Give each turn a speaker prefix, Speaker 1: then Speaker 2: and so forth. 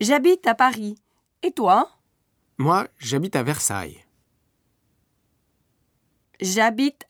Speaker 1: J'habite à Paris. Et toi
Speaker 2: Moi, j'habite à Versailles.
Speaker 1: J'habite